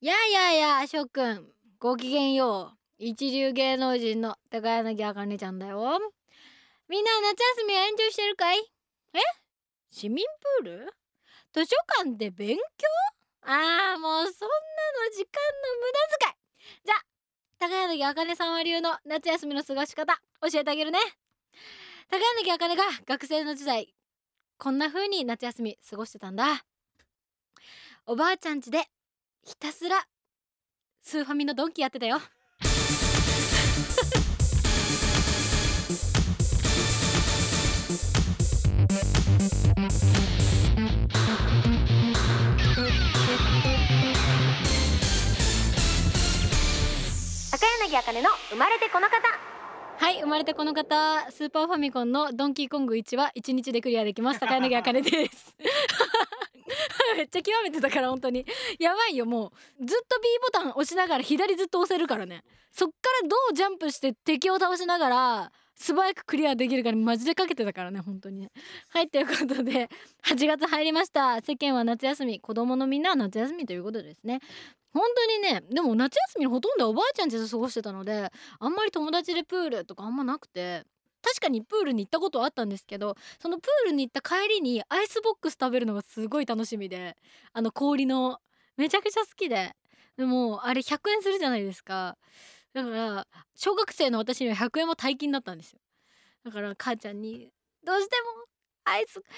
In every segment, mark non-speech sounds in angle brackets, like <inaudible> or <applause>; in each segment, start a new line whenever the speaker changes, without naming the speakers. やあやあやあ諸君ごきげんよう一流芸能人の高柳あかねちゃんだよみんな夏休みは延長してるかいえ市民プール図書館で勉強ああもうそんなの時間の無駄遣いじゃあ高柳あかねさんは流の夏休みの過ごし方教えてあげるね高柳あかねが学生の時代こんな風に夏休み過ごしてたんだおばあちゃん家でひたすらスーファミのドンキやってたよ
高柳あかねの生まれてこの方
はい生まれてこの方スーパーファミコンのドンキーコング1は1日でクリアできます高柳あかねです <laughs> めっちゃ極めてたから本当にやばいよもうずっと B ボタン押しながら左ずっと押せるからねそっからどうジャンプして敵を倒しながら素早くクリアできるかにマジでかけてたからね本当にねはいということで8月入りました世間は夏休み子供のみんなは夏休みということですね本当にねでも夏休みのほとんどおばあちゃんちで過ごしてたのであんまり友達でプールとかあんまなくて確かにプールに行ったことはあったんですけどそのプールに行った帰りにアイスボックス食べるのがすごい楽しみであの氷のめちゃくちゃ好きででもあれ100円するじゃないですかだから小学生の私には100円も大金だったんですよだから母ちゃんに「どうしてもアイス帰りに食べたいの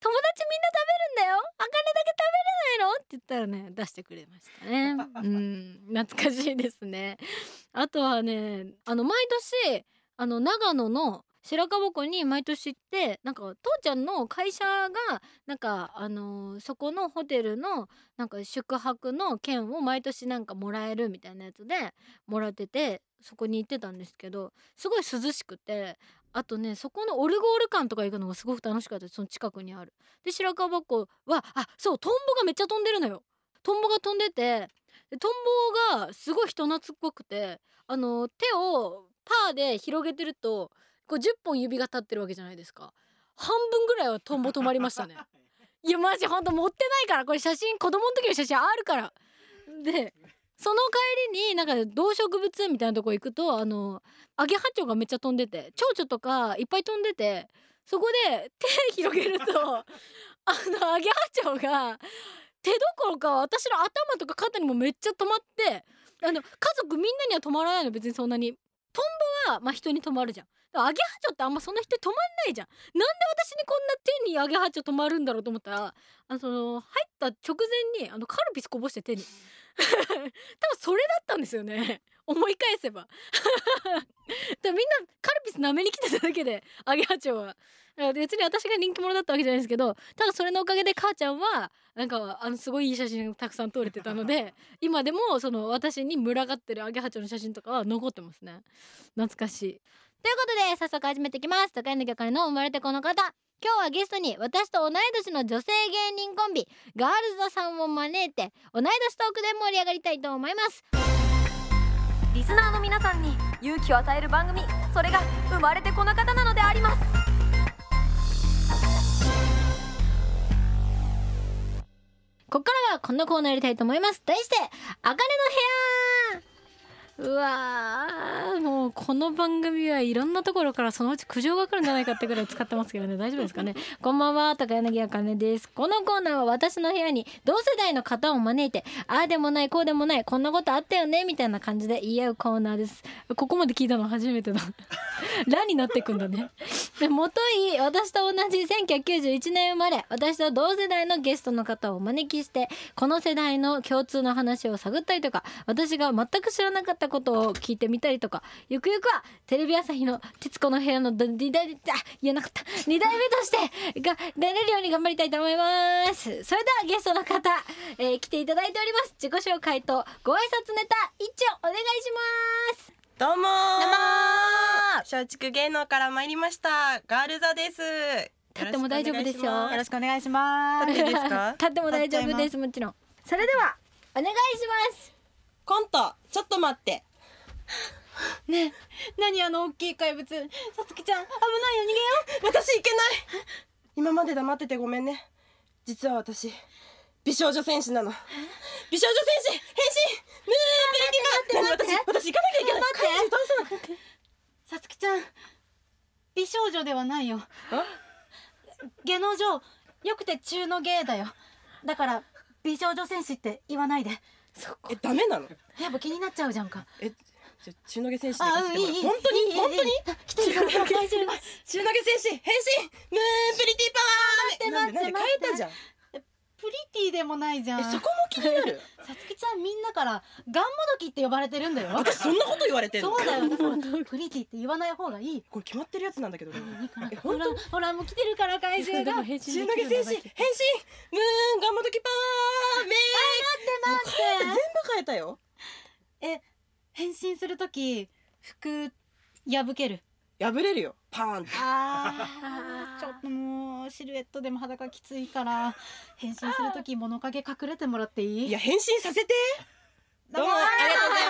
友達みんな食べるんだよあかねだけ食べれないの?」って言ったらね出してくれましたねうん懐かしいですねあとはねあの毎年あの長野の白樺湖に毎年行ってなんか父ちゃんの会社がなんかあのーそこのホテルのなんか宿泊の券を毎年なんかもらえるみたいなやつでもらっててそこに行ってたんですけどすごい涼しくてあとねそこのオルゴール館とか行くのがすごく楽しかったですその近くにある。で白樺湖はあそうトンボがめっちゃ飛んでるのよ。トンボが飛んでてでトンボがすごい人懐っこくてあの手をパーで広げてるとこう10本指が立ってるわけじゃないですか。半分ぐら <laughs> いはトンボ止まりましたね。いやマジほんと持ってないからこれ写真子供の時の写真あるから <laughs> でその帰りになんか動植物園みたいなとこ行くとあのアゲハチョウがめっちゃ飛んでて蝶々とかいっぱい飛んでてそこで手広げ <laughs> るとあのアゲハチョウが手どころか私の頭とか肩にもめっちゃ止まってあの家族みんなには止まらないの別にそんなに。トンボはまあ人に止まるじゃん。だからアゲハチョウってあんまそんな人に止まんないじゃん。なんで私にこんな手にアゲハチョウ止まるんだろうと思ったらあのその入った直前にあのカルピスこぼして手に <laughs> 多分それだったんですよね思い返せば <laughs> だからみんなカルピス舐めに来てただけでアゲハチョウはだから別に私が人気者だったわけじゃないですけどただそれのおかげで母ちゃんはなんかあのすごいいい写真たくさん撮れてたので今でもその私に群がってるアゲハチョウの写真とかは残ってますね懐かしいということで早速始めていきます高柳あかねの生まれてこの方今日はゲストに私と同い年の女性芸人コンビガールズ座さんを招いて同い年トークで盛り上がりたいと思います
リスナーの皆さんに勇気を与える番組それが生まれてこの方なのであります
ここからはこのコーナーやりたいと思います題して「あかねの部屋」うわーもうこの番組はいろんなところからそのうち苦情が来るんじゃないかってぐらい使ってますけどね大丈夫ですかねこんばんは高柳あかねですこのコーナーは私の部屋に同世代の方を招いてああでもないこうでもないこんなことあったよねみたいな感じで言い合うコーナーですここまで聞いたの初めてだ <laughs> ラになってくんだねでもとい私と同じ1991年生まれ私と同世代のゲストの方をお招きしてこの世代の共通の話を探ったりとか私が全く知らなかったことを聞いてみたりとかゆくゆくはテレビ朝日の「徹子の部屋の」2代あ言えなかった2代目としてが出れるように頑張りたいと思いますそれではゲストの方、えー来ていただいております自己紹介とご挨拶ネタ一丁お願いします
どう
どう
もー
も
松竹芸能から参りましたガールザです
立っても大丈夫ですよ
よろ
よろ
し
しくお願いしま
くお願い
す。
します立っていいですか
<laughs> 立っても大丈夫ですもちろんそれではお願いします
コントちょっと待って
ね、何あの大きい怪物。
さつきちゃん危ないよ逃げよう私いけない今まで黙っててごめんね実は私美少女戦士なの美少女戦士変身ムープリキュア何私私行かなきゃいけない
さつきちゃん美少女ではないよ芸能上よくて中の芸だよだから美少女戦士って言わないで
えダメなの
やっぱ気になっちゃうじゃんか
えじゃあ中投げ戦士で行
あ
か
う
せて
ん
も
いい
らう
いい
本当に
いいいい
本当に
あ来てるから乾杯する
<laughs> 中投げ戦士変身ムーンプリティパワー
待って待って
なんでなん
待って
で変えたじゃん
プリティでもないじゃん
え
さ
そこも気になる
つきちゃんみんなからガンモドキって呼ばれてるんだよ
私そんなこと言われてん
<laughs>
の
そうだよだからプリティって言わない方がいい
これ決まってるやつなんだけど
いいから
え
ほ
本
ら
当
ほらもう来てるから怪獣が
変身
中
で
投
き
げ
る
戦
<laughs> の
士
だ
変身
け
ムーンガンモドキパワーメ
待
イ全
っ
部変えたよ
てえ変身するとき服破ける
破れるよパーンって
あ <laughs> ーちょっともうシルエットでも裸きついから変身するとき物陰隠れてもらっていい
いや変身させてどうもありがとうござい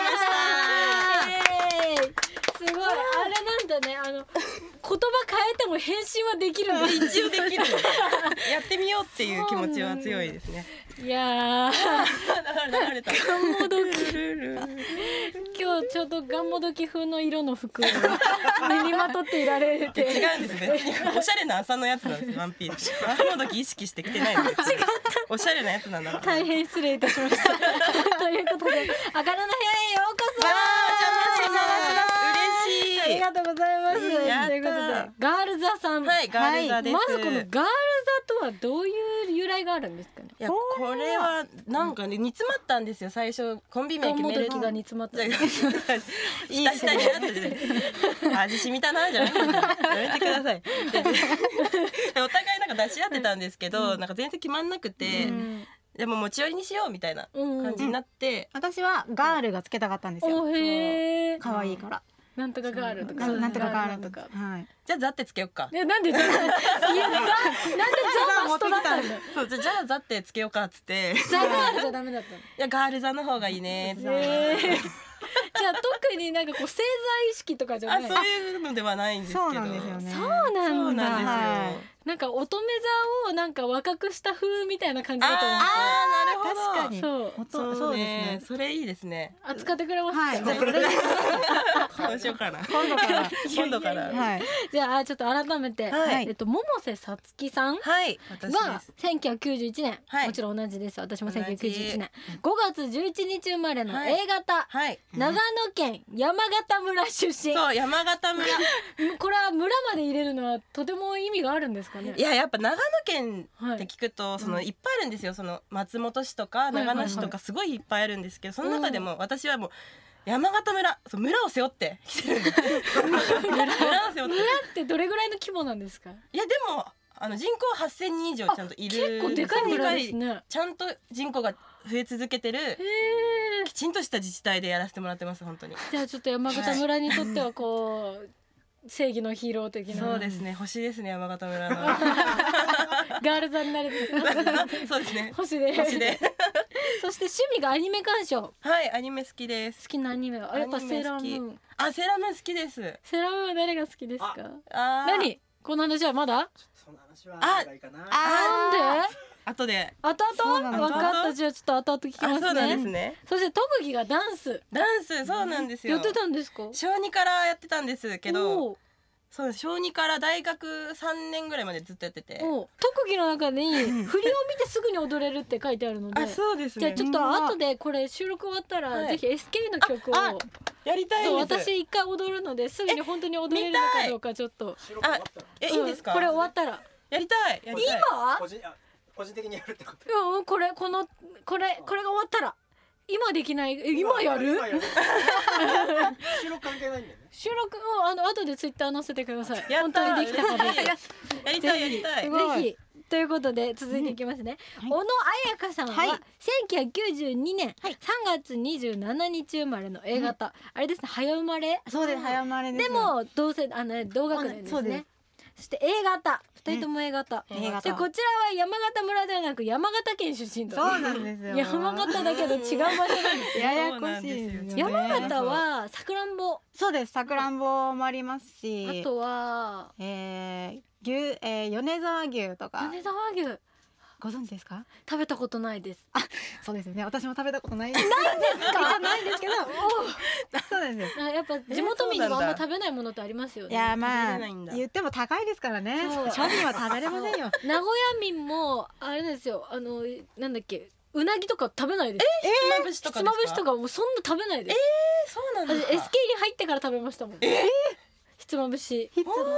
イエ
ました
ーイすごいあれなんだねあの言葉変えても変身はできるんだ
一応できるやってみようっていう気持ちは強いですね
い <laughs> やー
流れた
ガンモドキ
ルルル
<laughs> 今日ちょうどガンモドキ風の色の服を身にまとっていられ <laughs> て
違うんです別 <laughs> におしゃれな朝のやつなんですワンピース朝の時意識してきてないんです違ったおしゃれなやつなんだから
大変失礼いたしま
<laughs>
したということであからの部屋へようこそ
わーお邪魔します嬉しい
ありがとうございます。と
うんやった
いうことで、ガールザさん。
はいガールザです
まずこのガールザとはどういう由来があるんですかね。
いやこれはなんかね煮詰まったんですよ最初コンビ名
ガン
決
モ
め
ド
る
キが煮詰まった。
ひたひたになってて <laughs> 味染みたなじゃないやめてくださいでお互いなんか出し合ってたんですけど、なんか全然決まんなくて、
うん
でも持ち寄りにしようみたいな
うん
感じになって、
私はガールがつけたかったんですよ
おへえ。
可愛いから
なんとかガールとか。
なんとかガール
なん
とかはい
じゃあ「ザ」ってつけようか。
ね、なんでじゃあ、いや、ガなんでザマストだったんだよ。
<laughs> そうじゃあ「ザ」ってつけようかっつって「
ザガールじゃダメだったの。
いやガールザの方がいいね」っつって、
ええ。じゃあ、特になんかこう正座意識とかじゃ
あ
ない。
そういうのではないんですけど
そうなんですよね
そう
そ
な
うん
だ。
なんですよ、
はい
なんか乙女座をなんか若くした風みたいな感じだと思っ
あーなるほど
確か
て。
に
そう。
おと
そう
そうです
ね
ね
それいいですね
あ使ってくれますか、
はい
じゃあ
これで
どうしようかな
今度
<laughs>
から
今度から
はい
じゃあちょっと改めて、
はい
えっと百瀬さつきさん
はい私で
が
す
1991年、
はい
もちろん同じです私も
同じ
1991年5月11日生まれの
はい
A 型、
はい
長野県山形村出身、
そう山形村
これは村まで入れるのはとても意味があるんですかね
いややっぱ長野県
は
って
い、
聞くと、そのいっぱいあるんですよその松本市とか
いはい
長野市とかすごいいっぱいあるんですけどその中でも私はもう山形村そう村を背負って来てるんです村を背負って
<laughs> 村ってどれぐらいの規模なんですか
いやでもあの人口8,000人以上ちゃんとい
結
る
構でかい村ですねへ
ちゃんと人口が増え続けてる
え
きちんとした自治体でやらせてもらってます本当に
じゃあちょっと山形村にとってはこう、正義のヒーロー的な
そうですね星ですね山形村の
<laughs>
<laughs>
ガールザになれてる
そうですね
星で
星で
そして趣味がアニメ鑑賞
はいアニメ好きで
好
す
きなアニメはあやっぱ
アニ
セ
メ
ーラ
好
ー
き
ムーン
あセーラームーン好きです
セーラームーンは誰が好きですか
あー
何この話はまだ
その話はあればいいかな。
なんで
後で
後
そうな
々
の
分かったじゃあちょっと後々聞き
あ
ま
そう
す
なん
ね
ですね
そして特技がダンス
ダンスそうなんですよ
やってたんですか
小二からやってたんですけど
おう
そう小二から大学三年ぐらいまでずっとやってて
おう特技の中
<laughs>
に振りを見てすぐに踊れるって書いてあるので
あそうです
じゃあ
ね
ちょっと後でこれ収録終わったら、
はい
ぜひ SK の曲を
あやりたい
そうん
です
私一回踊るのですぐに本当に踊れるの
見た
か
い
どうかちょっと
収録終わったら
えいいんですか
うこれ終わったら
やりたいやりたい
今
個人あ個人的にやるってこと。
うんこれこのこれこれが終わったら今できないえ今やる
今やる収録関係ないんだよね。
収録をあの後でツイッター載せてください
やっ
本
た
当にできたので
嬉しいやりたいやりたい
すごい
ぜひということで続いていきますね、
うん
小野彩香さんは、
はい
1992年3月27日生まれの A 型、あれですね早生まれ
そうです早生まれです
でも同世あの同学年で
そ
す
うで
ね
す。
そして A 型二人とも A 型。
ん A 型
でこちらは山形村ではなく山形県出身と。
そうなんですよ
山形だけど違う場所なん
<laughs>
です。
ややこしいですよね
山形はさくらんぼ、
そうですさくらんぼもありますし
あとは
えー牛えー米沢牛とか
米沢牛。
ご存知ですか
食べたことないです
そうですよね私も食べたことないないんですかじゃないんですけどそうなんですよ
あやっぱ地元民ではあんま食べないものってありますよ
い
ね
やまあ
食べれないんだ
言っても高いですからね
そう
庶民は食べれませんよ
名古屋民もあれですよあのなんだっけうなぎとか食べないです
ひつまぶしと
ひ
か
つまぶしと
か
かもうそんな食べないです
えそうなん
私
です
SK に
か
入ってから食べましたもんひつまぶし
ひつま
おーそ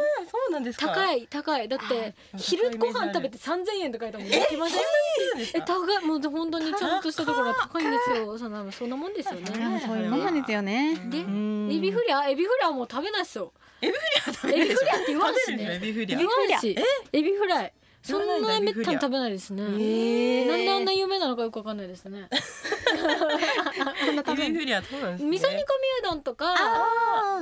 うなんですか
高
い
い高いだって
あ
昼ご飯食べて3000円とか書いたもんできませんえ高いもう本当にちゃんとしたところは高いんですよそんなそんなもんですよ
いや
ね
もうそういうもんなんですよね
で
う
エビ
ん
フリアエビフリアもう食べないっすよ
エ
エビフリアって言わんしね
エビフリ
言
ア
わんしエビフライそん
言わな
ない
んだ
め
エビ
っ
フリア
たに食べないですねなん
ー
であんな有名なのかよくわかんないです
<laughs>
ね
そんな食べ
エビ
る
フリアそうなんです
味噌煮込み
ね
うどんとか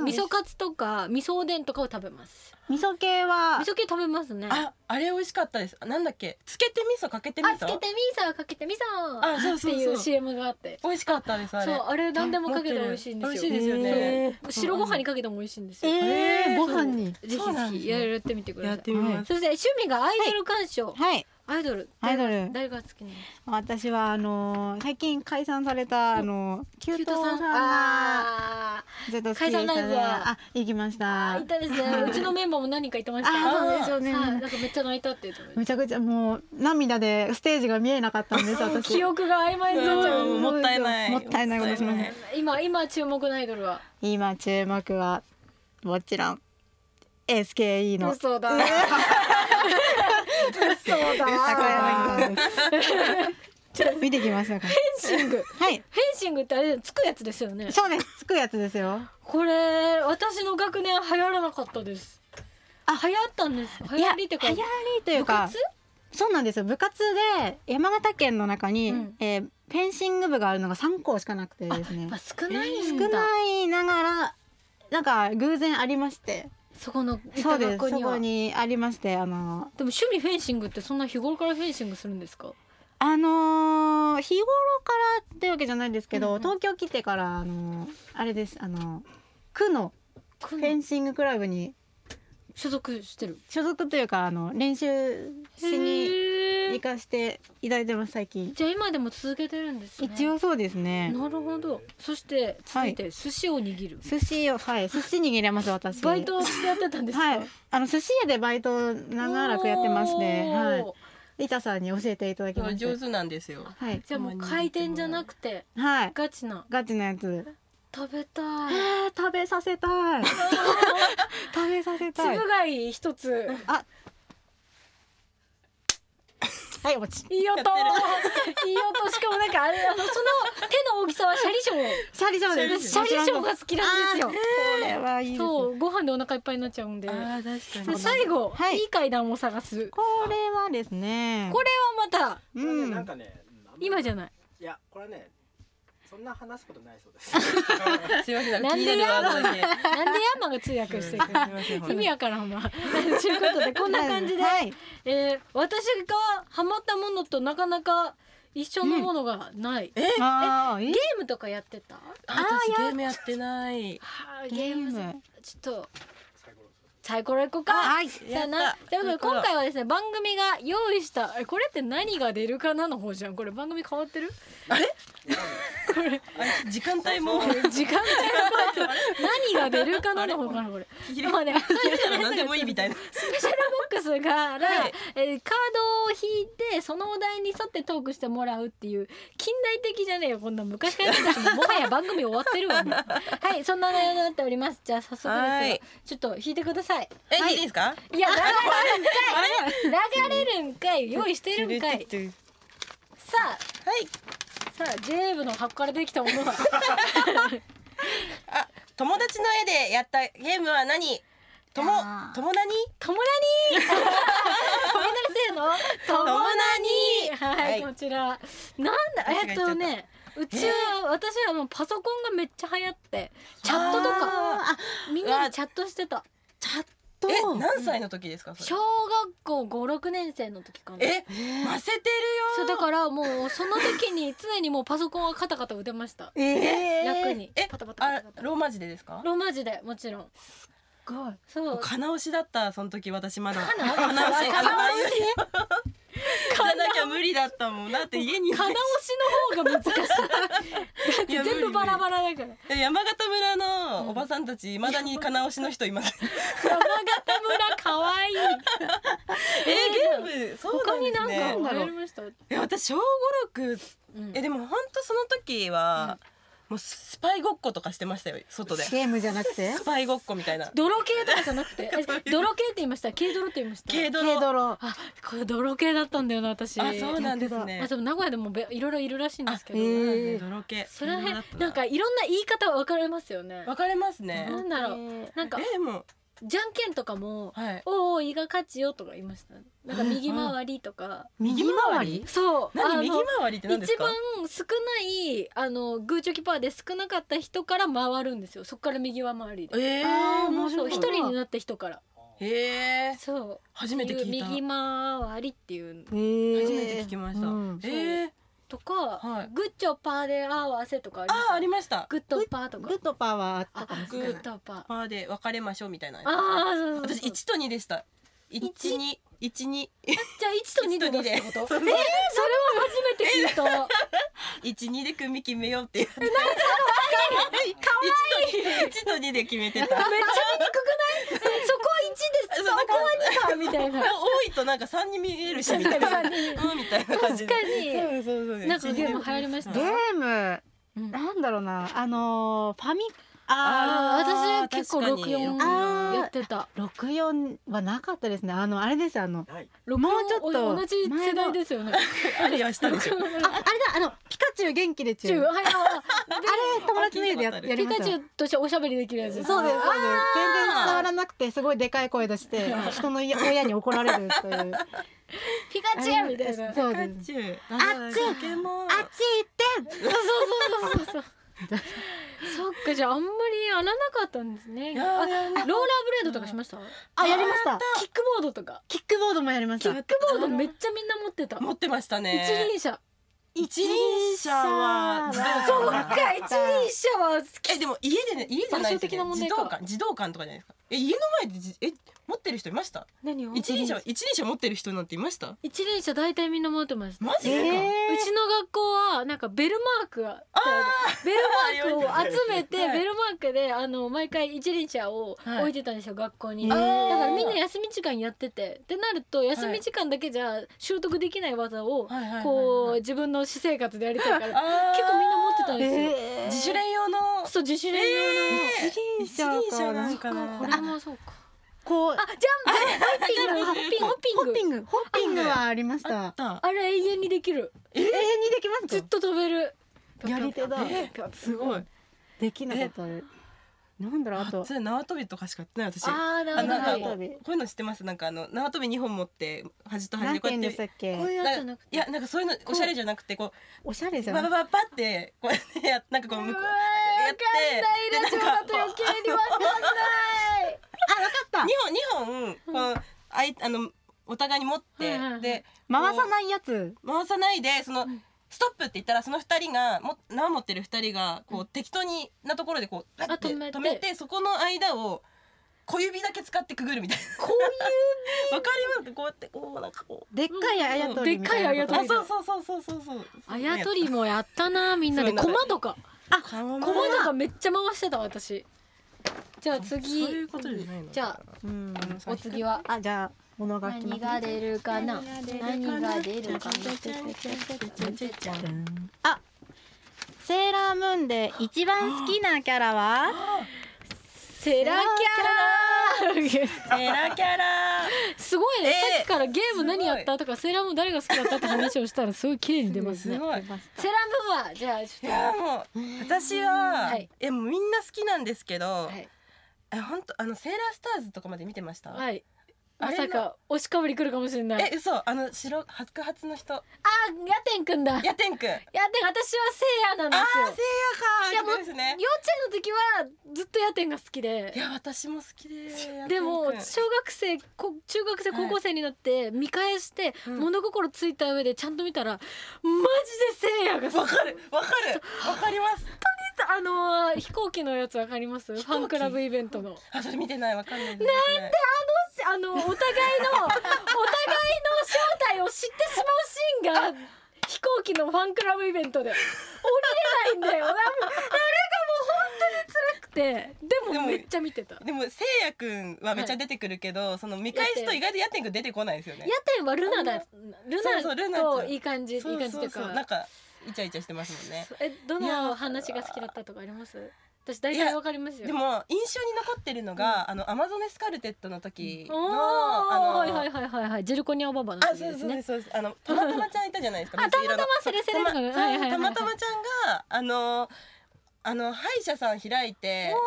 味噌カツとか味噌おでんとかを食べます
味噌系は
味噌系食べますね
ああれ美味しかったですあなんだっけつけて味噌かけて味
あつけ
噌
て味噌をかけて味噌
あそう
って
そう
い
そうう
CM があって
美味しかったですあ
そう
れ
あれ何でもかけて
持ってる
美味しいんですよ
美味しいですよね
そう白ご飯にかけても美味しいんですよ、
えーご飯に
ぜ
そうなん
ひぜ
です
ひ
ね
やってみてくださ
や
い
ってみます
そして趣味がアイドル鑑賞、
はい
アイドル
アイドル
誰が好きなの
私はあのー最近解散されたあのーキュートさんが
あ
ずっと好き
解
で
散ラ
し
イ
た
ブ
ね
は
あ行きまし
ーあ
た
ーいたですねうちのメンバーも何人かいてました
あ
そうです
よね
はいなんかめっちゃ泣いたって言ってま
む
し
ちゃくちゃもう涙でステージが見えなかった
<laughs>
んです
た
私
記憶が曖昧になっちゃう、
うんもったいない
もったいないことしま
もっ
した
い
た
ない
今今注目のアイドルは
今注目はもちろん SKE の
嘘だ
そうだ <laughs> ちょっと見てきましたか
フェンシングフェン
はい
シングってあれつくやつですよね
そうですつくやつですよ
これ私の学年流行らなかったですあ流行ったんです流行りってか
いや流行りという
部
か
活
そうなんですよ部活で山形県の中に、
うん
えーフェンシング部があるのが3校しかなくてです
やっ
ね
ぱ少ない
少
んだ、
ないながらなんか偶然ありまして
そこの
そ
板
うです
学校
そ
に
こ
はで
にありましてあの
も趣味フェンシングってそんな日頃からフェンシングするんですか
あのー日頃からってわけじゃないんですけど、東京来てからあのーあれですあの区の
区
フ
の
ェンシングクラブに
所属してる
所属というかあの練習しに
へ
行
ー
かしていただいてます最近
じゃあ今でも続けてるんですね
一応そうですね
なるほどそして続いて寿司を握る、
寿司をはい寿司握れます私
バイトしてやってたんですか、
はいあの寿司屋でバイトを長らくやってまして
おー
はい板さんに教えていただきまし
上
た
手なんですよ
はい
じゃあもう回転じゃなくて
はい
ガチな
ガチのやつ
食べたい
えー食べさせ <laughs> たい食べさせ
つ
たい
ぶ貝一つ
あはいおち
いい音いい音しかもなんかあれあのその手の大きさはシャリショー
シャリショーです
シャリショーが好きなんですよ
これはいいですね
そうご飯でお腹いっぱいになっちゃうんで
あー確か
で
に
最後、、
はいい
い階段を探す
これはですね
これはまた
これ
う
ね
ん
なんかねあんまり
今じゃない
いやこれはねそんな話すことないそうです。
すいません
な
なんん
で
でやだけ
なんでヤンマンが通訳してる
すいません
意味わからん <laughs> まということでこんな感じで、
はい
<laughs> えー私がハマったものとなかなか一緒のものがない、ゲ
あーいい
ームとかやってた
あ私ゲームやってない
ゲ
ゲ
ー
ー
ム
ム
ちょっと
最後
サイコロいこうか
はい
さあな
やった
ということで
サイコロ
今回はですね番組が用意したえこれって何が出るかなの方じゃんこれ番組変わってる
あ時間帯も
時間が変わってる <laughs> 何が出るかなの方かなこれ
切
で
れ
もね
切れたら何でもいいみたいな
スペシャルボックスから、
はい
えーカードを引いてそのお題に沿ってトークしてもらうっていう近代的じゃねえよこんな昔からやってたしもうもはや番組終わってる <laughs> わもうはいそんな内容になっておりますじゃあ早速
は
で
い
すがちょっと引いてくだ <laughs> さい
えいいですか
いや流れるんかい流れるんかい用意してるんかい
は
さあ
い
さあ、ジェーブの箱からできたもの <laughs> は
あ友達の絵でやったゲームは何とも
あー
友なに
友なに <laughs> 友なにせーの友なにはい、
はい
こちらなんだ
私が
え
言
っ
っちゃった
とねうちは、私はもうパソコンがめっちゃ流行ってチャットとか
あ
みんなでチャットしてた
チャット
え何歳の時ですかそ
小
れ
学校56年生の時かな
えませてる
そうだ
よ
からもうその時に常にもうパソコンはカタカタ打てました
え
楽に
え
パタパタパ
あ
タパタ
ローマ字でですか
ローマ字でもちろん
すごい
そう
カナ押しだったその時私まだ
カナ
カナ押しあの <laughs> じゃなきゃ無理だったもんだって家にいない
金押しの方が難しい
いや
全部バラバラだから
無理山形村のおばさんたちいまだに金押しの人います
山形村可
<laughs>
愛い
えー、ゲームそうな
他
ん
に
で
な
す
んか
ね
やりました
え私小五六
うん
えでも本当その時は、もうスパイごっことかしてましたよ外で
ゲームじゃなくて
スパイごっこみたいな
泥系とかじゃなくて
<laughs> なんかそういう
え泥系って言いました軽泥って言いました
軽
軽泥
泥
あこれ泥系だったんだよな私
あそうなんです
まあ
ね
でも名古屋でもべいろいろいるらしいんですけど、
あへえ
泥系
それは
そうだ
ね
った
なんかいろんな言い方分かれますよね
分かれますね
なんだろうなんか
えでも
じゃんけんとかも
はい
おうおう胃が勝ちよとか言いましたなんか右回りとか
右回り
そうあ
何
の
右回りって何です
一
か
番少ないあのグーチョキパーで少なかった人から回るんですよそこから右は回りで
え
あー
ー、
面
そ
白
う
い
一人になった人から
えー、
そう
初めて聞いた
右回りっていう
えー
初めて聞きました、
うん
えー、
とか、
はい
グッチョパーで合わせとかありま
あ
す
ーありました
グッドパーとか
グッドパワーあ
あ
ったかもし
グ
れない
ッドパー
パーで別れましょうみたいな
ああそうそうそう
私一と二でした一二一二
じゃあ一と二で出すってことえ
一
ー
と
それ
二で
は初めて聞いた可
一二で組決めようっ
<laughs>
ていう。え、一と一と二で決めてた。
めっちゃ低くないえそこ一ですそこは二だみたいな
<laughs> 多いとなんか三に見えるしみたいな。うんみたいな感じ
確
で
か。
そ
に
うそうそう。
なんかゲーム流行りました
ゲーム
うん
なんだろうなあのーファミ
あー
あー
私結構
確かに
64
あー
やってた
64はなかったですねあのあれですあの
ない
もうちょっと
同じ世代ですよね
ありは
<laughs>
したでしょ。
ああれだあのピカチュウ元気でチュ
中
ウあ
はいは
れ友達の家でや
あ聞いたことある
や
いピ
りまし
カ
た
チュ
よ
ウとしておしゃべりできるやつ
そうですそうです全然伝わらなくてすごいでかい声出して人の家親に怒られるという
ピカチュウみたいなそう
そう
ピカ
です
チュウ。あ
あっち
ポケモン。
あっち行って
そうそうそうそうそっかじゃああんまりやらなかったんですね
いや
あロー
や
ラーブレードとかしました
あやりました
キックボードとか
キックボードもやりまし
キ
た
ックボードめっちゃみんな持ってた
持ってました
一
ね。
輪車
一輪車は自動
一輪車
そう
は
か一輪車は好き
えでも家でね家じゃないで
場所
す
的
よ
な
ね。
問
児
題
童
か
館児童館とかじゃないですか。え家の前でじえ持ってる人いました？
何を
一輪車一輪車持ってる人なんていました？
一輪車大体みんな持ってました
マジですか？
え
うちの学校はなんかベルマークがベルマークを集めて
はい
ベルマークであの毎回一輪車を
はい
置いてたんですよ学校に
え
だ
ー
からみんな休み時間やっててってなると休み時間だけじゃ習得できない技を
はいはいはいはい
こう自分の私生活でやりたいから
あー
結構みんな持ってたん
ー
ですよ
えー
自主練用の
そう自主練用の
えー
一輪車かな
一輪
ん
車
か
な
こ
んか
れもそうか
こう
あジャンプホッピングホッピング
ホッピングホッピングはありました
な
あれ永遠にできる
永遠にできます
ずっ
か
と飛べる
やり手だ
えすごい
できなかったなんだろうあと
それ縄跳びとかしかやってない私あ
あーな
あ
る
なんか
ほど
こ
縄
う
跳び
こういうの知ってますなんかあの縄跳び二本持って端と
な
端
ん
で
て
こう
言うんでしたっけ
やって
こういうやつじゃ
な
な
んか
くて
いやなんかそういうのおしゃれじゃなくてこ
おしゃれ
う
じゃ
バ
な
バ
い
ババってこうやってや <laughs> なんかこう向こうやって
わかんないラジオだと
でなん
余
かこう
計にわか
<laughs>
んない
た
二本二本こうあいあのお互いに持って、
はいはいはい
で
回さないやつ
回さないでその、
ん
ストップって言ったらその二人がも縄持ってる二人がこう、適当になところでこうパッて
あ止めて
止めてそこの間を小指だけ使ってくぐるみ
<laughs>
たいな。小指わかりますこうやってこうなんかこう。
でっかいあやとりみたいな
でっかいあやと
あ
り
そうそうそうそうそうそう。
あやとりもやったなみんなで
そうなん
駒
だ
とか
あ駒
駒とかめっちゃ回してた私じゃあ次
そういうことじゃないの。
じゃあ
うん
お次は
あじゃあ物がき
何が出るかな何が出るかな
あセーラームーンで一番好きなキャラは
セラキャラ
セラキャラ。
すごいね、
えー
さっきからゲーム何やったとかセーラームーン誰が好きだったって話をしたらすごい綺麗に出ます
す
ね
ごい。
セーラームーンはじゃあちょ
い
っ
やもう私は
はい
えもうみんな好きなんですけ
と
ど
は、い、
え本当あのセーラースターズとかまで見てました。
はい、
あ
ま
れ
さか押しかぶり来るかもしれないあ
え嘘あの白白髪の人
ーヤテンくんだ
やてんくん。
いやでも私はせいやなんですよ
せいやか。ですね。
幼稚園の時はずっとヤテンが好きで
いや私も好きで。
でも
やてんくん
小学生こ中学生
はい
高校生になって見返して、
うん
物心ついた上でちゃんと見たらマジでせいやが好
わ
き
かるわかるわかります。
あのー飛行機のやつわかりますフ
飛行機
ァンクラブイベントの
あそれ見てないわかんないですね。なんで
せあのお互いのお互いの正体を知ってしまうシーンが飛行機のファンクラブイベントで降りれないんだ
<laughs>
よなあれがもう本当に辛くてで
で
も
も
めっちゃ見てた。
でもせいやくんはめっちゃ出てくるけど、その見返すと意外とやってんくん出てこないですよね
ヤテンはルナだ
そうそうル
ル
ナ
ナ
ちゃ
と
ん
いい感じいい
そう
感じ
そ
と
う
いう
そう
か
なんかイチャイチャしてますもんね
えど
い
の
や
話が好きだったとかあります私大体わかりますよ
でも印象に残ってるのが、あのアマゾネスカルテットの時
お
の
ー
あの、
はいはいはいはいはいジェルコニアおばばの
あ、
話
そ
で
うです
す
そうで
ね
すそうです。あのたまたまちゃんいたじゃないです
<laughs>
か。
あ
水
た
色の
またまセレセレの
たま
はいはいはいはい
たまたまちゃんがあのあの歯医者さん開いて。
おー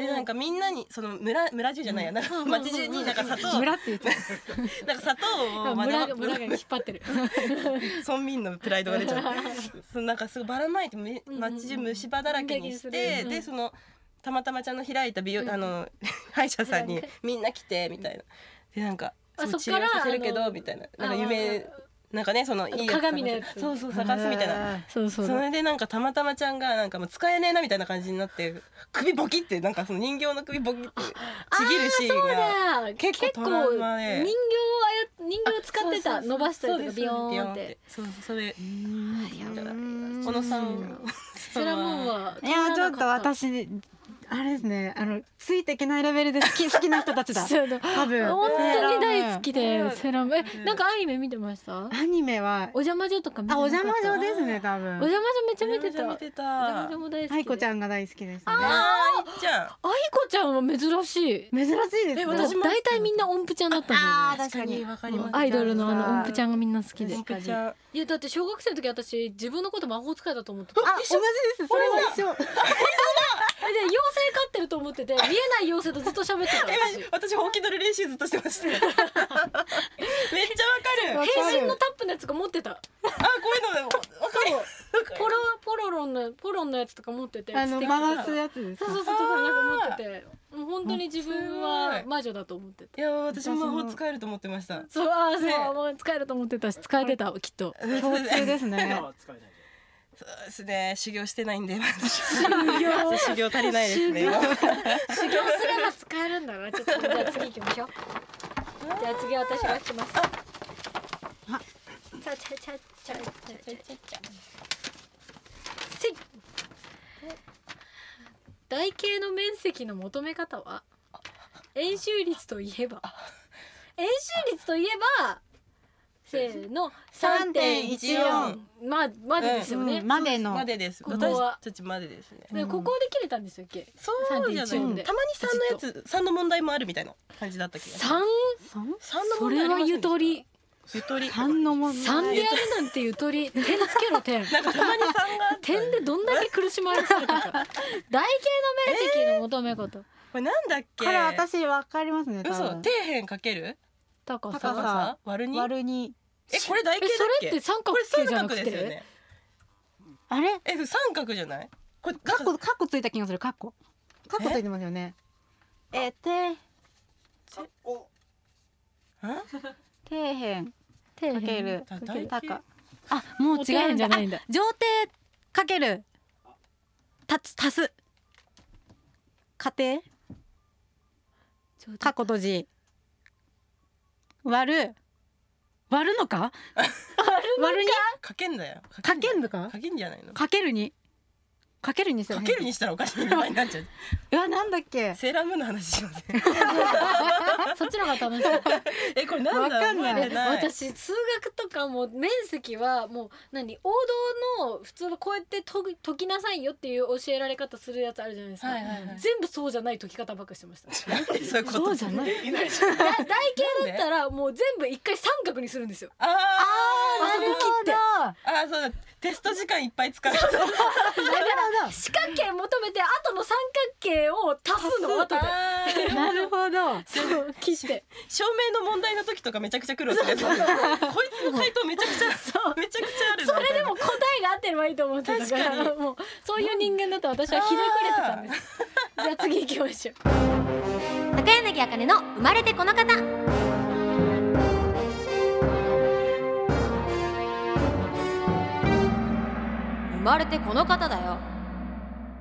でなんかみんなにその村村中じゃないやなんか町中になんか砂
<laughs>
糖
村
なん
って言っちゃっ
か砂糖をま
村
だ
が村が引っ張ってる
村民のプライド
<laughs>
が出ちゃうそうなんかすごいばらまいてめ
うんうん
町中虫歯だらけにし
うん
て
うん
でそのたまたまちゃんの開いた美容、
うん
あの歯医者さん
なん
に
か
みんな来てみたいなでなんか
あ
そう
そっから
治療させるけ
あ
ど
の
みたいななん
あ
か夢なんかねそのいいやつ
鏡のやつ
そうそう
た
探すみたいな。
そうそ
そうれでなんかたまたまちゃんがなんかもう使えねえなみたいな感じになって首ボキってなんかその人形の首ボキってちぎるシーンが
そうだ
結構
結構
トラウ
人形をあ
マ
や
で
人形を使って
そう
た
そうそう
伸ばしたりと
そ
か
うです
ビヨ
ビ
ーン
ヨ
って
そうそれ
いや
小野さん
それはもうはい
やちょっと私あれですねあのついていけないレベルで好
<laughs>
き好きな人たちだ
そうだ
多分
本当に大好き
セーラ
で
ームーン
セーラームーンえなんかアニメ見てました
アニメは
お邪魔女とか見て
あ
なか
お
った
邪魔女ですね多
お
分
邪魔女めっちゃ見てたお
見
邪
てた
魔女も大好きで
愛子ちゃんが大好きですね
あーいっちゃん
愛子ちゃんは珍しい
珍しいです
え
ね
私も
大体みんな音符ちゃんだったんだよね
確かに
わか
うんアイドルのあの音符ちゃんがみんな好きで
音符ちゃん
いやだって小学生の時私自分のこと魔法使いだと思ってた <laughs>
あ同じですそれも一緒
えで妖精飼ってると思ってて見えない妖精とずっと喋ってた
え
私
私本気取る練習ずっとしてました <laughs> めっちゃわかる
変身のタップのやつが持ってた
あこういうのわかる
ポロポロロンのポロンのやつとか持ってて
あ
素
の
敵だった
回すやつです
そう
か
そうそうそうなんか持っててもう本当に自分は魔女だと思ってた
<laughs> いや私も魔法使えると思ってました
そうあーそう、
ね
もう使えると思ってたし使えてたきっと
共通ですね
<laughs>
今は使えない
そうですね修行してないんで修 <laughs> 行修行足りないですね
修行
今
修行すれば使えるんだなちょっとじゃあ次行きましょうじゃあ次私が引きますさあちゃちゃちゃちゃちゃちゃちゃせい台形の面積の求め方は円周率といえば円周率といえばせーの3.14
3.14
ままでですよね、
うんまでの
までです
ここは
私たちまでですね
でここで切れたんですよっけ
そうじゃないた
3.14
まに
で
三のやつ三の問題もあるみたいな感じだった気がする
三
三
三の
そ
問題
れ
ありま
は
せんでした
ゆとり
ゆとり
三の問
三で
題
やるなんてゆとり点つけろ点
なんかたまに三があった
点でどんだけ苦しまれてるか台形の面積の求め方、
これなんだっけ
これ私わかりますね多
嘘
分
底辺かける
高さ
高さ
割る二
割るに
えこれ台
え
形だっ
そ
け
れって三角
これ
形
三
じゃな
角
く
で
て、
すよね
あれ
え三角じゃないこれ
カッコカッコついた気がするカッコカッコついてますよねえ底
かっこ
底辺
底
か
辺
ける
だ台形
高あもう
お
違
底
うん
辺じ
だ
ゃないんだ
上底かける足す足す家庭過去閉じ割る割るのか割るに
かけんだよ
かけんの
だ
か
かけんじゃないのか
かけるにかけるにすよね
けるにしたらおかしい名前になっちゃう
うわなんだっけ
セーラームーンの話しません
そっちの方が楽しい
えこれなんだ
わかんない
覚えてない
私数学とかも面積はもう何王道の普通はこうやって解く解きなさいよっていう教えられ方するやつあるじゃないですか、
はいはいはい
全部そうじゃない解き方ばっかしてました
なんでそういうこと
そうじゃない
いな
だ
い
台形だったらもう全部一回三角にするんですよ
あー
あそこ切ってだ
あーそうだテスト時間いっぱい使う
から四角形求めて後の三角形を足すの後で
あー
なるほど
そう切って
証明の問題の時とかめちゃくちゃ苦労するやつこいつの回答めちゃくちゃめちゃくちゃあるな
それでも答えが合ってればいいと思ってたから
確かに
もうそういう人間だと私はひねくれてたんですじゃあ次行きましょう
高柳あかねの生まれてこの方生まれてこの方だよ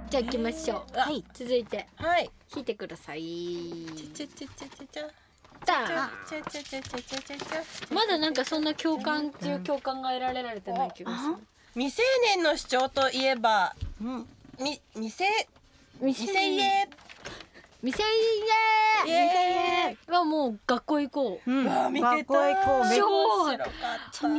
じゃあ行きましょう、
はい
続いて
はい
引いてください
ちゃちゃちゃちゃちゃ
った
ちゃちゃちゃちゃちゃちゃちゃ
まだなんかそんな共感中共感が得られられてない気がする
未成年の主張といえば、うん、み未成
未
未成年
未成
イ
年
エ
はもう学校行こう
うん
ーイわあ見て
学校
た
行こうめ
しょ
面白かっ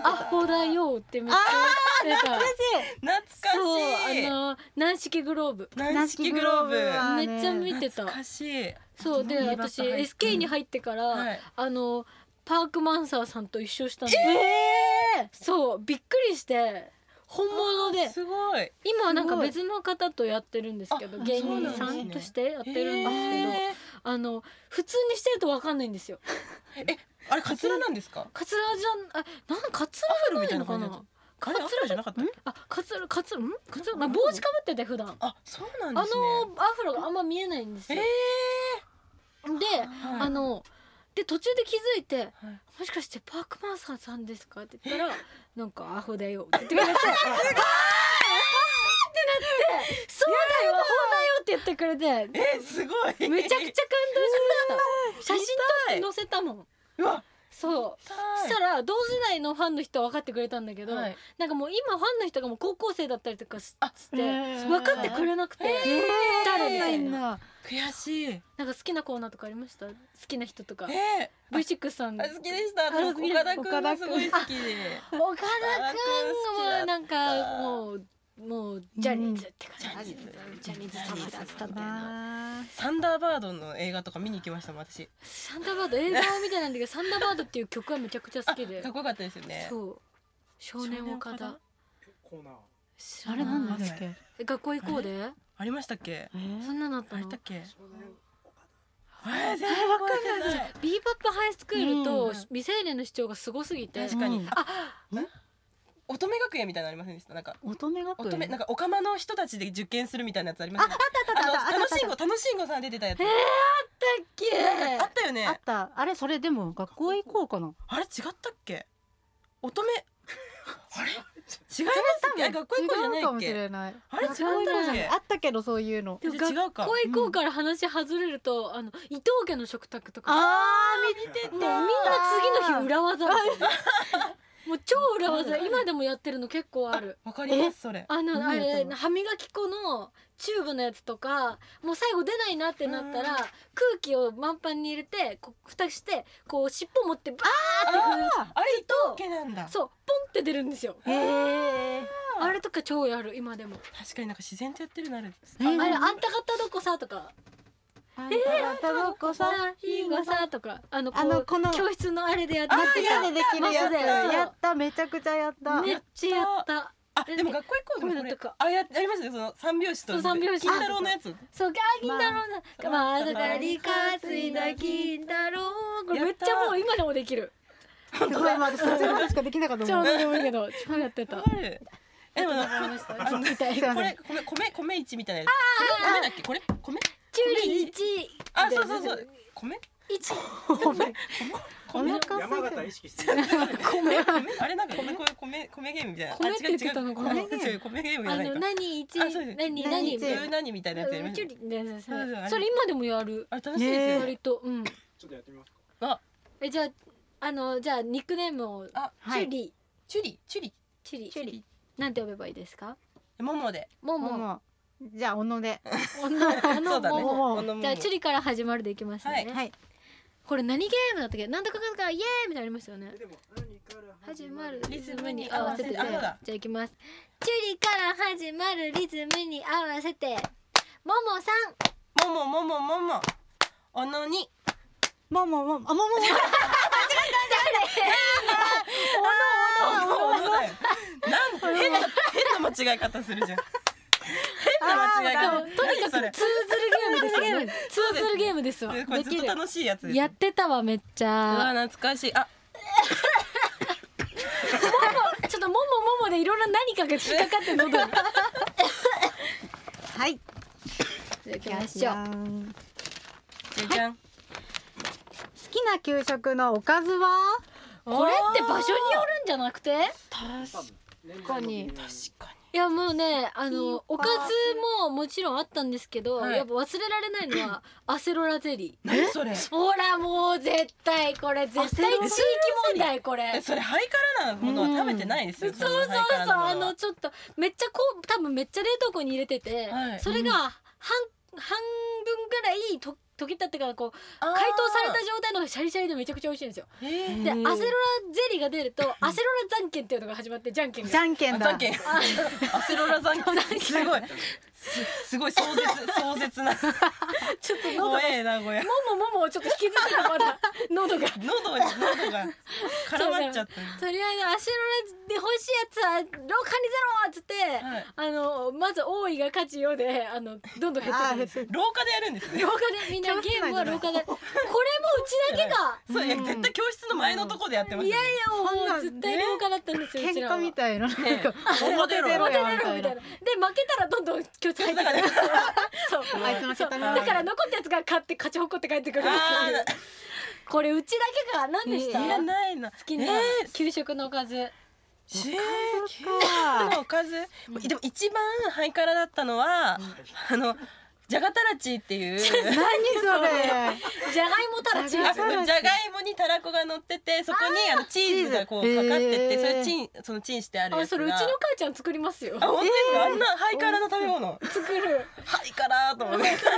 た
あほだよってめっちゃなんか
懐かし
そう
い
あの軟式グローブ
軟式グローブ
軟式あー
め
ね
っちゃ見てた
懐かしい
そうで
いいバッグ
私
入って
SK に入ってから、
はい
あのパークマンサーさんと一緒したの、そうびっくりして本物で
あすごい
今はなんか
すごい
別の方とやってるんですけど
あ
芸
そうな
人
んです
さ
ね
んとしてやってるんですけど、
へー
あの普通にしてるとわかんないんですよ
えあれカツラなんですか
カツラじゃんあなんカツラじゃないのかな
アフロみたいな感じだったあれアフロじゃなかった
あカツラカツラんカツラまあ帽子かぶってて普段
あそうなん
あの
ですね
アフロがあんま見えないんですよ、で、
はい
あので途中で気づいて
あの
もしかしてパークマンサーさんですかって言ったら「なんかアホだよ」って言ってく <laughs> れて「あーってなって「そうだよアホだよ」って言ってくれて
えすごい
めちゃくちゃ感動しました写真
見
撮って載せたもん
う <laughs> わ
そうそしたら同世代のファンの人は分かってくれたんだけど、
はい
なんかもう今ファンの人がもう高校生だったりとかし
あ
して分かってくれなくて、誰みたいな
な
悔しい
なんか好きなコーナーとかありました好きな人とか
え
V6 さん
あ好きでした私岡田くんがすごい好きで
岡田君もなんかもうもうジャニーズって感じ、ジャニーズ様だったんだよな
サンダーバードの映画とか見に行きましたもん私
サンダーバード映像を見てないんだけどサンダーバードっていう曲はめちゃくちゃ好きで
かっこよかったですよね
そう少年岡田
コーナー
知
あ
ら
れ
ない
なんだっけ
え学校行こうで
ありましたっけ
えー
そんなのあった
あり
の
たっけ
少年
えー全然わかんない
ビーバップハイスクール
う
と
ん
未成年の主張がすごすぎて
確か
う
に
ん
あ乙女学園みたいなのありませんでしたなんか
乙女学
乙女なん
園
かオカマの人たちで受験するみたいなやつありましたね
あ
あ
ったあったあった
の楽
あったあった
しんご楽しんごさん出てたやつ
だっ
あったよね
あったあれそれでも学校行こうかな
あれ違ったっけ乙女あれ違いますっけあれ学校行こうじゃない
違うか
っ
もし
け
れない
あれ違っ
学校行こうじ
たっ
ゃない
け
あったけどそういうの
けでも
違うか
学校行こうから話外れると、あの伊藤家の食卓とか
あー
見て
もうみんな次の日裏技み <laughs> たいなもう超裏技今でもやってるの結構ある
わかりますそれ
あのあ
何やって
れ
んの
歯磨き粉のチューブのやつとかもう最後出ないなってなったら
うん
空気を満帆に入れてこう蓋してこう尻尾持ってバ
ああれ伊
ーッ
藤家なんだ
とそうポンって出るんですよ
へえ
あれとか超やる今でも
確かになんか自然とやってるなあれ
あれあんた方どこさとか
あんたがタバコ
さ
さ
ひがさとかあのこ
あのこの
う教室のあれでやって
マス
て
でできる
マ
やつ
スでそう
やっためちゃくちゃやった
めっちゃやった
あでも学校行こうでも
こういうのとか
あやありますねその三拍子
そ
と
う三拍子
金太郎のやつ
そう、あ、銀太郎だ。
まあ
まあ、だから、理科ついだ銀太郎。これめっちゃもう今でもできる。
すごいまだそっちのことしかできなかった
超
もん
どうでもいいけど、超やってた。
わ
わ
かるえでもなん
か
ん
りま
か
した。みたい <laughs>
すいま
な。
せん
これ米米米一みたいなやつ米だっけこれ米
チュリ一。
あそうそうそう米
一。
お腹空いて
コーナー山
る
形意識してる
米 <laughs> あれなんかこういう米米ゲームみたいな
米
あ
って言ってたの
違う
かな
違う米違う米ゲームじゃ
あ
ない
の、
か
何一。
あそうです
何
何
何。
一
みたいな
十何みたいなやつやり
う
ま
んチ
し
ュリ。全然そ
そうそうあ
れ
れ
それ今でもやる。
たあれ楽しいですよね
割と、うん。
ちょっとやってみますか
あ
え、じゃあ、あの、じゃあ、ニックネームを。
あ
チュリ。
チュリチュリ
チュリ。
チュリ。
なんて呼べばいいですか。
モモで
も
もう
<laughs>
も。
もうじゃあおので
女
そ
の
うだね
もも。
このモモ
じゃあ、チュリから始まるでいきますね。
はい
これ何ゲームだったっけなんとかかんとかイエーイみたいなのありましたよね
えでも何から
始まる
リ
リ
ズ
ズ
ム
ム
に
に
合
合
わ
わ
せ
せ
て
て
あそうだ
じゃあいきますチュリから始まるリズムに合わせてももさん
モモモモモモおのに
もうもうもうあもうもうも
あおのだよなんて変な変な間違い方するじゃん変な間違い方とにか
通ずるゲー
<laughs>
ムですよね通ずるゲームですわ
これ
で
ずっ
き
と
る
楽しいやつです
やってたわめっち
うわ
ゃ
懐かしいあ
ちょっとももももでいろんな何かが引っかか
<laughs>
って喉にじゃ
うはい
あ行きまし
じ
ょ
ゃ
うん
好
じゃじゃん
きな給食のおかずは
これって場所によるんじゃなくて
多分年
こ
代
に
の微妙
確かに
いやもうねあ
いい
のおかずももちろんあったんですけど、
はい
やっぱ忘れられないの
<laughs>
はアセロラゼリー
何それ
ほらもう絶対これ絶対地域問題これ
えそれハイカラなものは食べてないです
そう
よ、
そうそうあのちょっとめっちゃこう多分めっちゃ冷凍庫に入れてて、
はい
それが半半分ぐらいと溶き立ってからこう解凍された状態のがシャリシャリでめちゃくちゃ美味しいんですよ。
たえー
でアセロラゼリーが
<laughs>
出るとアセロラじゃんけんっていうのが始まってじゃんけん
じ
が。
ゃんけん
あ
だ
残金 <laughs> アセロラ残金すごいすすごい壮絶
<laughs>
壮絶な
ちょっと喉
怖
が
えなこれ
ももももをちょっと引きずっててまだ喉が。
喉に喉が絡まっちゃってる
とりあえずアセロラで欲しいやつは廊下にゼロっつって、
はい
あのまず多いが勝ちようであのどんどん減ってくるんですよ。
廊下でやるんですね
廊下でみんなゲームは廊下でこれもううちだけが。
そういや絶対教室の前のとこでやってます
いやい
ね
やも
そんな
うん絶対廊下だったんですよ。うち
喧
らは
嘩みたいななんか
表出ろ
モテれろみ
や
たいな。で負けたらどんどん気をつけてくる。そう。
あいつ負けたな
だから残ったやつが勝って勝ち誇って帰ってくる
あー
これうちだけが何でした
いや
好
ないな好
きな
えー
給食のおかず、
シェーキのおかずでも一番ハイカラだったのはあのジャガタラチっていうじゃがい
何そ
じゃがいもたらち
じゃがいも
もにたらこが乗っててそこにあのチーズがこうかかって
チー
て
ズ
それチンそのチンしてある
あ
やつ
そ
が
れうちの母ちゃん作りますよ
あ本当ですかあんなハイカラな食べ物
作る
ハイカラーと思 <laughs> って食べて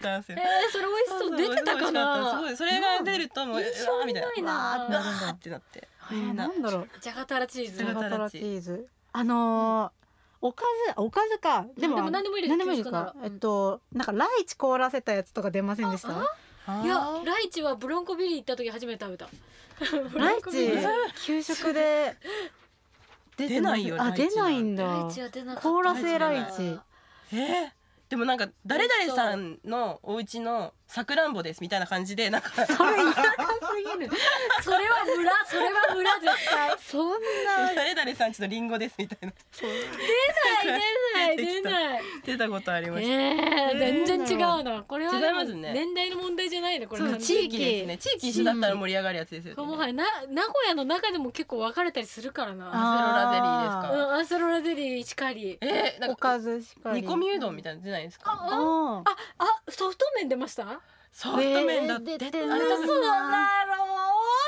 たんです
え
よ
ー、それ美味しそう出てたか
すご
ない
それが出るともううわ
印象
ー
に
みたい
ない
な
な
うわーってなって
れえーなんだろう
じゃがたらチーズ
ジャガ
タ
タ
ラ
ラ
チ
チ
ーズあのーおかずおかずかでも
でも何でもいいです
何でもいいです
給食な
からえっとなんかライチ凍らせたやつとか出ませんでした
いやライチはブロンコビリー行った時初めて食べたブ
ラ
ロ
イ
ンコビリ
チ
ー
給食で出
出ないよ
あ
ライ
出
チなん
な
て
いんだ
ライチは出なかった
凍らせライチ
えーでもなんか誰々さんのお家のさくらんぼですみたいな感じでなんか
それ田舎すぎる
それは村それは村絶対
そんな
誰々さんちのリンゴですみたいな
出ない出ない出ない
出たことありました。
えー、全然違うなこれはでも
違いますね
年代の問題じゃないねこれ
そう
完
地
全に
域
ですね。地域一緒だったら盛り上がるやつですよね。
もはやな名古屋の中でも結構分かれたりするからな
アセロラゼリー
う
です
んアセロラゼリーしかり
えー、なん
お
か
かずしかり
煮込みうどんみたいなの出ないですか。
あ
ああソフト麺出ました
ソフト麺だって。
えー出て
あれ
ない
多分
そうだろう
な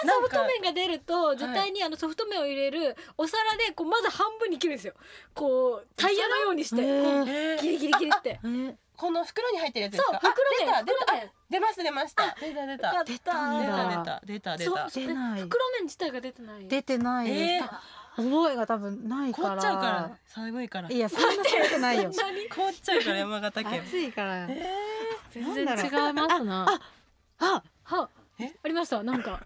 ソ
ん
フ
か
ト麺が出ると絶対にあのソフト麺を入れるお皿でこうまず半分に切るんですよこうタイヤのようにして
え
こ
ー
え
う
ー
ギリギリギリ
<laughs>
って
ー
この袋に入ってるやつです
そう
か。
袋
あ
麺
出た
袋
出た。
麺
出ました出ました。出た出た。
よかっ
出
出たん
た
だ
出た出
そう
た出
そう
出ない
袋麺自体が出てない
出てないです、
えー
覚えが多分ない
た。
から
凍っちゃうから寒いから。
いやそんなことてないよ
凍っちゃうから山形県。
<laughs> 暑いから
え
全
な
然
んだ
違いますなあ
あ
は
え
ありましたなんか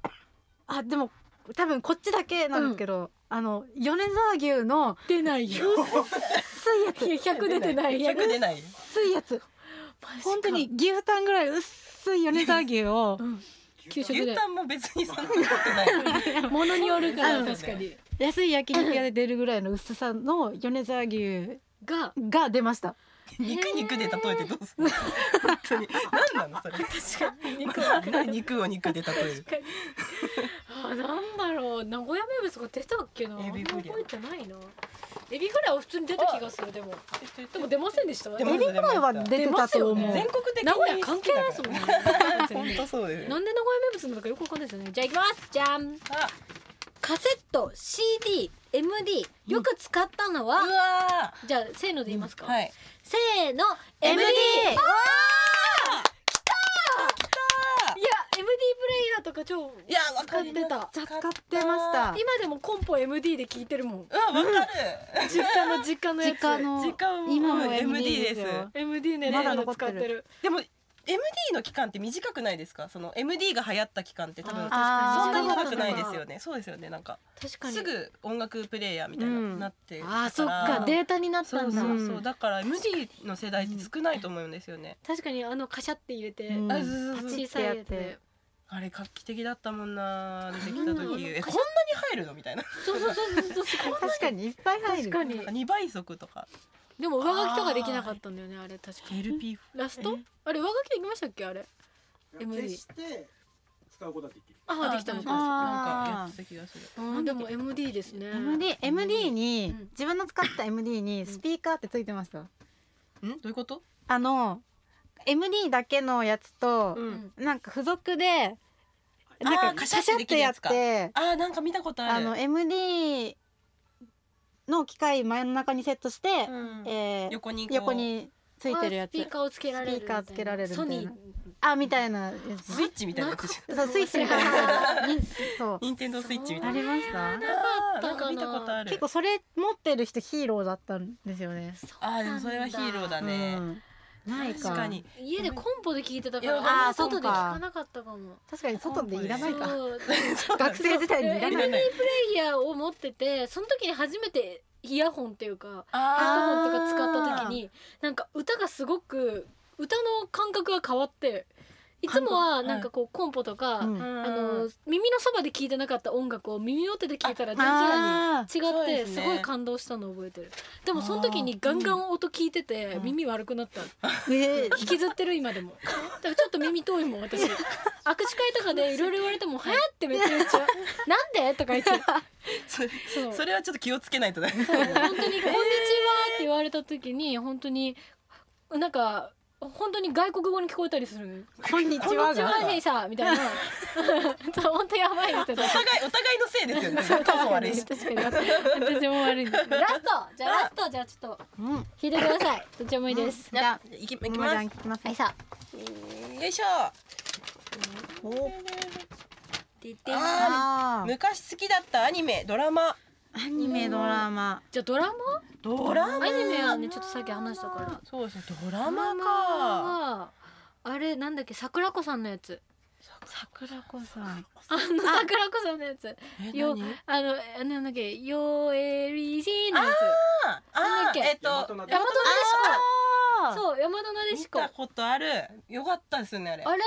あでも多分こっちだけなんですけど、あの米沢牛の
出ない
<laughs>
よ
薄いや
<laughs>
つ
いや100出てない
ー。100
<laughs>
出ない。
薄いやつ
マジか
本当に牛タンぐらい薄い米沢牛を
給食
牛
で
タンも別にそんなことない。
ものによるから
うん
確かに
<laughs> 安い焼肉屋で出るぐらいの薄さの米沢牛
が
が出ました
肉肉で例えてどうするの。本当に。何なのそれ。
確かに肉は
まあ肉を肉で例える。
あなんだろう名古屋名物が出たっけなあんま
エビフ
覚
リア
えてないなエビフライは普通に出た気がするでもでも出ませんでした
出
エ
ま
ビ
す
フライは出てた
出
と思う、
ますよね
全国的に
名古屋関係ないですもんね
<laughs> 本当そうですよ。
なんで名古屋名物なのかよくわかんないですよねじゃあ行きますじゃん
あ
カセット CDMD よく使ったのは、
うわ
じゃあせーので言いますか、
ー。はい。
せーの MD いや MD プレイヤーとか超
いやわ
使
か
っ
り
てた
使ってました
今でもコンポ MD で聞いてるもん
うわわかる。
実家の実家のやつ
実家の
時間も
今も
MD
MD で
ですす。
よ
MD ね
まだ
まだ
残って
使っ
る
てる
でも MD の期間って短くないですか。その MD が流行った期間って多分
あ
そんな
に
に長くないです
ね
よね。そうですよね。なんか
確かに
すぐ音楽プレイヤーみたいな
うん
なってる
あーそっかデータになった
そうんそ
だ
うそうだから MD の世代って少ないと思うんですよね。
確かにあのカシャって入れて
うん
あそうそうそう
小さいやつで
あれ画期的だったもんな出てきた
う
時え
ん
こんなに入るのみたいな <laughs>
そうそうそうそうそう
確かにいっぱい入る
確かに
2倍速とか
でも上書きとかできなかったんだよねあれ確か
LP
ラスト
え
あれ上書きできましたっけあれ MD
決して使うことができる。
あできたの
なん
か。
かやってた気がする。
うんでも MD ですね。
MD MD に
うん
自分の使った MD にスピーカーってついてました。
んどういうこと？
あの MD だけのやつと
うん。
なんか付属で
あー
なんか
カ
カ
シ
シャ
ャってで
っ
き
て
る
や
や
っ
つか
て
あーなんか見たことあ
あ
る。
の MD の機械真ん中にセットして、
うん
えー
横にこう
横についてるや
あスピ
つ
ーカーをつけられるみたいな。
スピーカーつけられるみた
ソ
いな
ニー。
あみたいなやつ
スイッチみたいなやつじ
そうスイッチみたい
<laughs>
なにそう
<laughs> ゃん。ニンテンドースイッチみた
あ
いな。
りました
あ
な
ーな
かった
ん
かな
か見たことある
結。構それ持ってる人ヒーローだったんですよね
あーでもそれはヒーローだね。
うん、ないか
確かに。
家でコンポで聞いてたか
い
ら、
や
あんま
そうか
外で聞かなかったかも。
確かに外でいらないか
そう。
学生時代にいらない
MD プレイヤーを持ってて、その時に初めてイヤホンっていうか、ヘッ
あ
ドホンとか使った時に、なんか歌がすごく歌の感覚が変わって、いつもはなんかこうコンポとか、
うん
ー
あの耳のそばで聞いてなかった音楽を耳の手で聞いたら全然
あー
違っ
そう
て
です
す
ね
ごい感動したの覚えてるでもその時にガンガン音聞いてて耳悪くなった
えー
引きずってる今でもだからちょっと耳遠いもん私握手会とか
<laughs>
でいろいろ言われても「はや?」ってめっちゃ言っちゃう「なんで?」とか言っちゃう
それ
そう
それはちょっと気をつけないとね。
本当に「こんにちは」って言われた時に本当になんか本当に外国語に聞こえたりするのよ
こんに
こ
ち
んに
は
ち
が
は、ジェイさんみた
<laughs>
いな。そう、本当やばいみたいな
お。互いお互いのせいですよね。そう
確か
悪い
に
し。
確かに私も悪いですラストじゃあラストじゃあちょっと
うん
聞いてくださいどっちでもいいです
じゃあ
いきいき
もも
ま
ち
す
ゃん。聞きます
はいさ
よいしょ。
お
でで
あー
あー
昔好きだったアニメドラマ。
アニメドラマ
じゃあドラ
ドラ
マアニメはねちょっとさっき話したから
そうですね。ドラ
ドラ
マ
マ
か。
はあれなんだっけ桜子さんのやつ
桜子さん
あの桜子さんのやつ
え
よ
何
あのえなんだっけよえりしのや
あ
なんだっ
あ
け
ーえっと
大和な
つ大
で
和なで
あ
しこそう大和なで
見
しこ
たことある。よかったですよねあれ。
あれ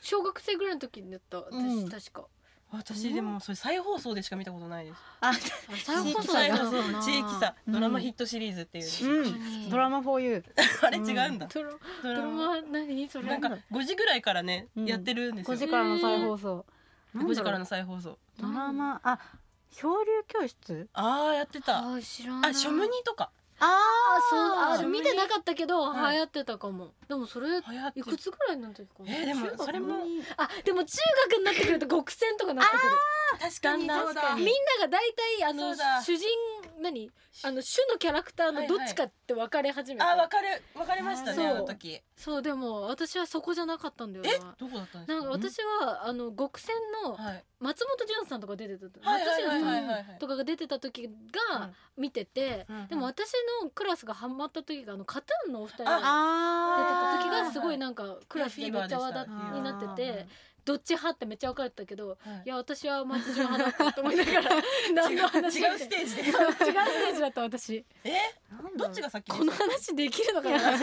小学生ぐらいの時にやった
う
私
ん
確か
私でもそれ再放送でしか見たことないです。
あ
あ再放送だ
再
った
放
のか
送
な
地域差
うん
ドラマヒットシリーズっていう。
うんドラマ 4U
あれ違うんだ。
ドラ
ド
ドラマ何それ
なんか5時ぐらいからね、
うん
やってるんです
5
よ
時からの再放送なんだろ
5
う
時からの再放送
ドラマあ漂流教室
ああやってた
あー知らない
あショムニとか
あ
あそうあ
ショムニ
見てなかったけど流
はい
行ってたかも、でもそれ
流行って
い
る
くつぐらいの時かな
えーでも
中学
それも
あでも中学になってくると極戦とかなってくる
確かにそうだ
みんなが大体あ
そ
の
うだ
主人何あの主のキャラクターのどっちかって分かれ始めた、
あ分かる分かれましたね
そう
あの時
そうでも私はそこじゃなかったんだよ
え
な
どこだったんです
なんか私はあの極戦の
はい
松本潤さんとか出てたと
はい
松
はいはい
潤
は
さ
いはい
んとかが出てた時が見てて、
うん
でも私のクラスがハマった時があのカトゥーンのお二人
あ
が出て
あ
た時
ー
がすごいなんかクラスでめっちゃ話題になっててどっち派ってめっちゃ分かれてたけど
はい
いや私は松潤派だったと思いな
<laughs>
がら何の
違う違う
話みたいな
ステージで
違うステージだった私
えどっちが先で
こ
し
の
た
話できるのかな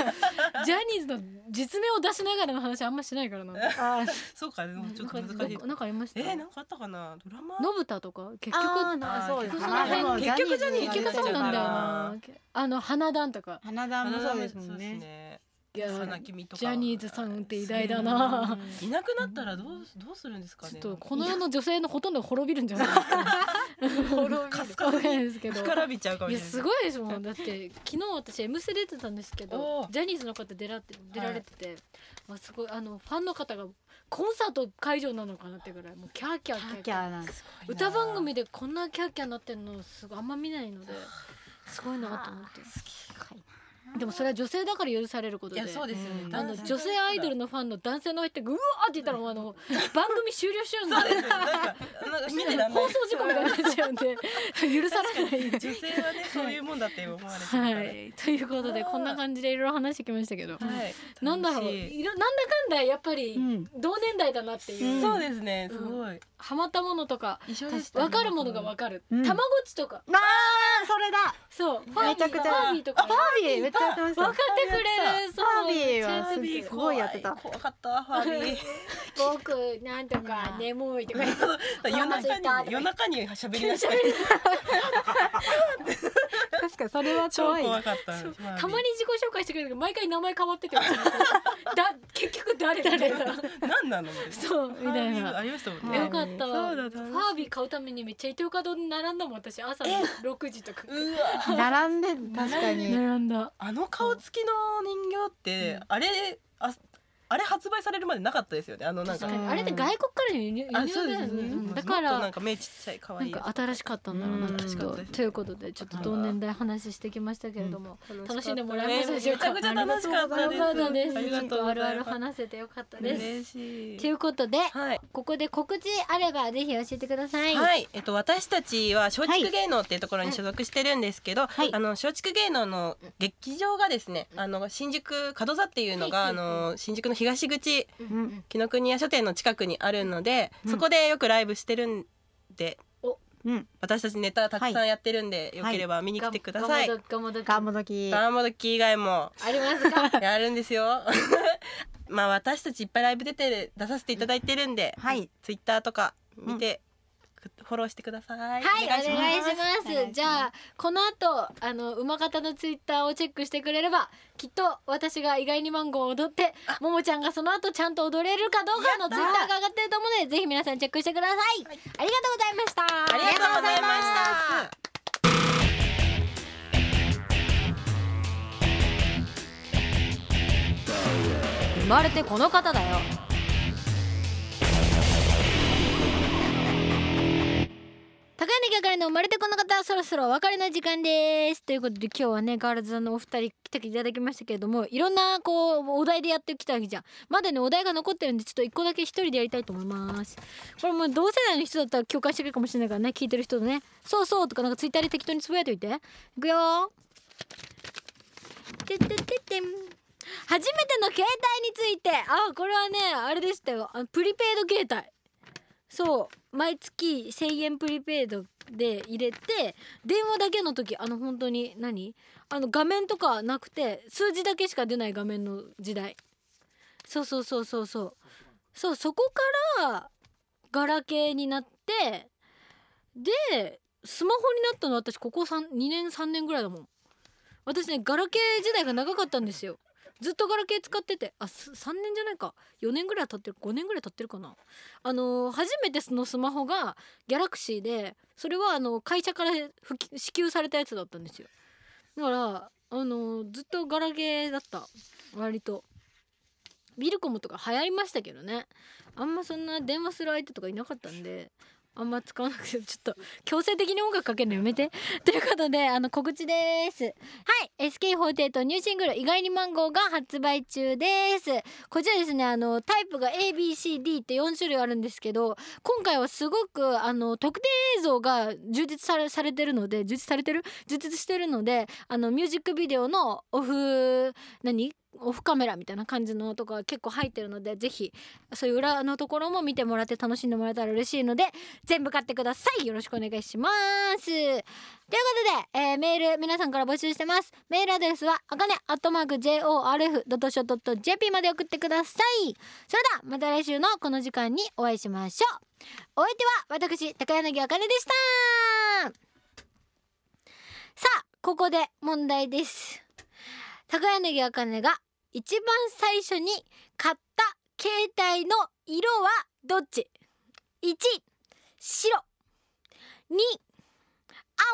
<laughs> ジャニーズの実名を出しながらの話あんましないからななんか
あー
そうかでもちょっと難しい
なんかありました
えーな
の
んかあったかなドラマ
ぶたとか結
あ
局
ーあそうですね
結局その辺
あでも
結局ジャニーズ
結局そうなんだよなあの花壇とか
花壇もそうですもんね
ね
いや
さなきみとか
ジャニーズさんって偉大だな
そういなくなったらどうどうするんですか
ちょ
ね
っとこの世の女性のほとんど滅びるんじゃないですか
<laughs> カス
<laughs> わか
カス
んない
に
ですけど
<laughs> 干からびちゃうかも
い
し
や
れない
すごいです
<laughs>
もんだって昨日私「M ステ」出てたんですけ
お
ど
ー
ジャニーズの方出らって出られてて、まあ、すごいあのファンの方がコンサート会場なのかなってぐらいもうキャーキャーキャーキ
キ
ャー
ャーなんです
歌番組でこんなキャーキャーなってんのすごいあんま見ないのですごいなと思ってでもそれは女性だから許されること
い
で
やそうですよね、
あの女性アイドル
の
のファンの男性の入ってうわーって言ったらもうあ
<laughs>
の番組終了しちゃうんで
そうですよなんかなんか見てらんない
放送事故みたいになっちゃうん
<laughs>
で許されない
女性はねそういうもんだって思われてるから、
は
はい
い、ということでこんな感じでいろいろ話してきましたけど、なんだろう
楽しい
いろなんだかんだやっぱり
うん
同年代だなっていう、
そうですねすごい、
ハマったものとか
一緒でしたね
分かるものが分かる、
うん
たまごっちとか
あーそれだ
そうファービ
めちゃく
ー
ち
フ
ゃ
ァービーとか
ファービーめっちゃやってました
分かってくれるそう
ファービーは
めっちゃ
すごいやってた
怖い怖かったファービー
<laughs> 僕なんとか眠いとか言って
夜中に夜中に喋り出したり
確かにそれは
超
怖い
怖かったファービー
<laughs> たまに自己紹介してくれるけど毎回名前変わっててだ結局誰みたいな
<laughs> 何なの
そうみたい
ファービー
な
ありましたもん
ファービー
よ
ね
かったわ
そう
ファ
だ楽しい
ービー買うためにめっちゃイトーカドーに並んだもん私朝の6時とか
うわ
並んで確かに
並んだ
あの顔つきの人形ってあれああれ発売されるまでなかったですよねあのなん
確
か
か
う
に
ん
あれって外国からの輸入輸
あ
入
そう
だ
で
よ
すね
ねだ
も
か
っとなん
ら
か目ちっちゃい可
な
愛
ん
いや
か新しかったんだろう
う
なんきっ
楽しかった
と
です
ということでちょっと同年代話してきましたけれども
つ
楽しんでもらえましたでしょうか
ねめちゃくちゃ楽しかった
よ
です
かったです
ありがとう
ちょっと
ご
ある
ざ
あ
い
る
ます
話せてよかったです
嬉しい
ということで
はい
ここで告知あればぜひ教えてください。
はい、えっと私たちは松竹芸能っていうところに所属してるんですけど、
はい
あの松竹芸能の劇場がですね、あの新宿角座っていうのが、
はい
あの新宿の東口
うん
う
紀ノ国屋書店の近くにあるので、
うん
そこでよくライブしてるんで、
うん
私たちネタたくさんやってるんで、よければ見に来てください。
ガモドガモドキ
ガンモドキ
ガーモドキ以外も
ありますか。
やるんですよ。 <laughs> まあ私たちいっぱいライブ出て出させていただいてるんで、
はい
ツイッターとか見て、フォローしてください。
はい、お願いします。
お願いします
じゃあ、この後、あの、馬方のツイッターをチェックしてくれれば。きっと、私が意外にマンゴーを踊って、ももちゃんがその後ちゃんと踊れるかどうかのツイッターが上がってると思うので、ぜひ皆さんチェックしてください。ありがとうございました。
ありがとうございました。
生まれてこの方だよ
高柳あかりの生まれてこの方そろそろお別れの時間ですということで今日はねガールズのお二人来ていただきましたけれどもいろんなこうお題でやってきたわけじゃんまだねお題が残ってるんでちょっと一個だけ一人でやりたいと思いますこれもう同世代の人だったら共感してくれるかもしれないからね聞いてる人とねそうそうとかなんかツイッターで適当につぶやいといていくよてってってってん初めての携帯についてあこれはねあれでしたよあのプリペイド携帯そう毎月1,000円プリペイドで入れて電話だけの時あの本当に何あの画面とかなくて数字だけしか出ない画面の時代そうそうそうそうそうそうそこからガラケーになってでスマホになったの私ここ3 2年3年ぐらいだもん私ねガラケー時代が長かったんですよずっとガラケー使っててあす3年じゃないか4年ぐらい経ってる5年ぐらい経ってるかなあのー初めてそのスマホがギャラクシーでそれはあの会社から普及支給されたやつだったんですよだからあのーずっとガラケーだった割とビルコムとか流行りましたけどねあんまそんな電話する相手とかいなかったんであんま使わなくてちょっと強制的に音楽かけるのやめてということであの告知ですはい SK48 ニューシングル「意外にマンゴー」が発売中ですこちらですねあのタイプが ABCD って4種類あるんですけど今回はすごくあの特定映像が充実されされてるので充実されてる充実してるのであのミュージックビデオのオフ何オフカメラみたいな感じのとか結構入ってるのでぜひそういう裏のところも見てもらって楽しんでもらえたら嬉しいので全部買ってくださいよろしくお願いしますということで、えーメール皆さんから募集してますメールアドレスはあかね .jorf.show.jp まで送ってくださいそれではまた来週のこの時間にお会いしましょうお相手は私高柳あかねでしたさあここで問題です高柳あかねが一番最初に買った携帯の色はどっち ?1 白2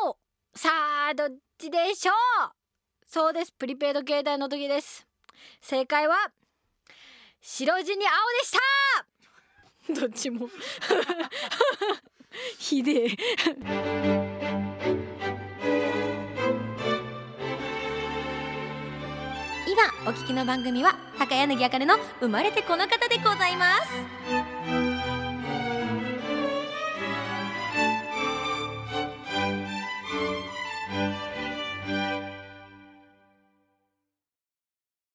青さあどっちでしょうそうですプリペイド携帯の時です正解は白地に青でした <laughs> どっちもひでえ
今お聞きの番組は高柳あかねの生まれてこの方でございます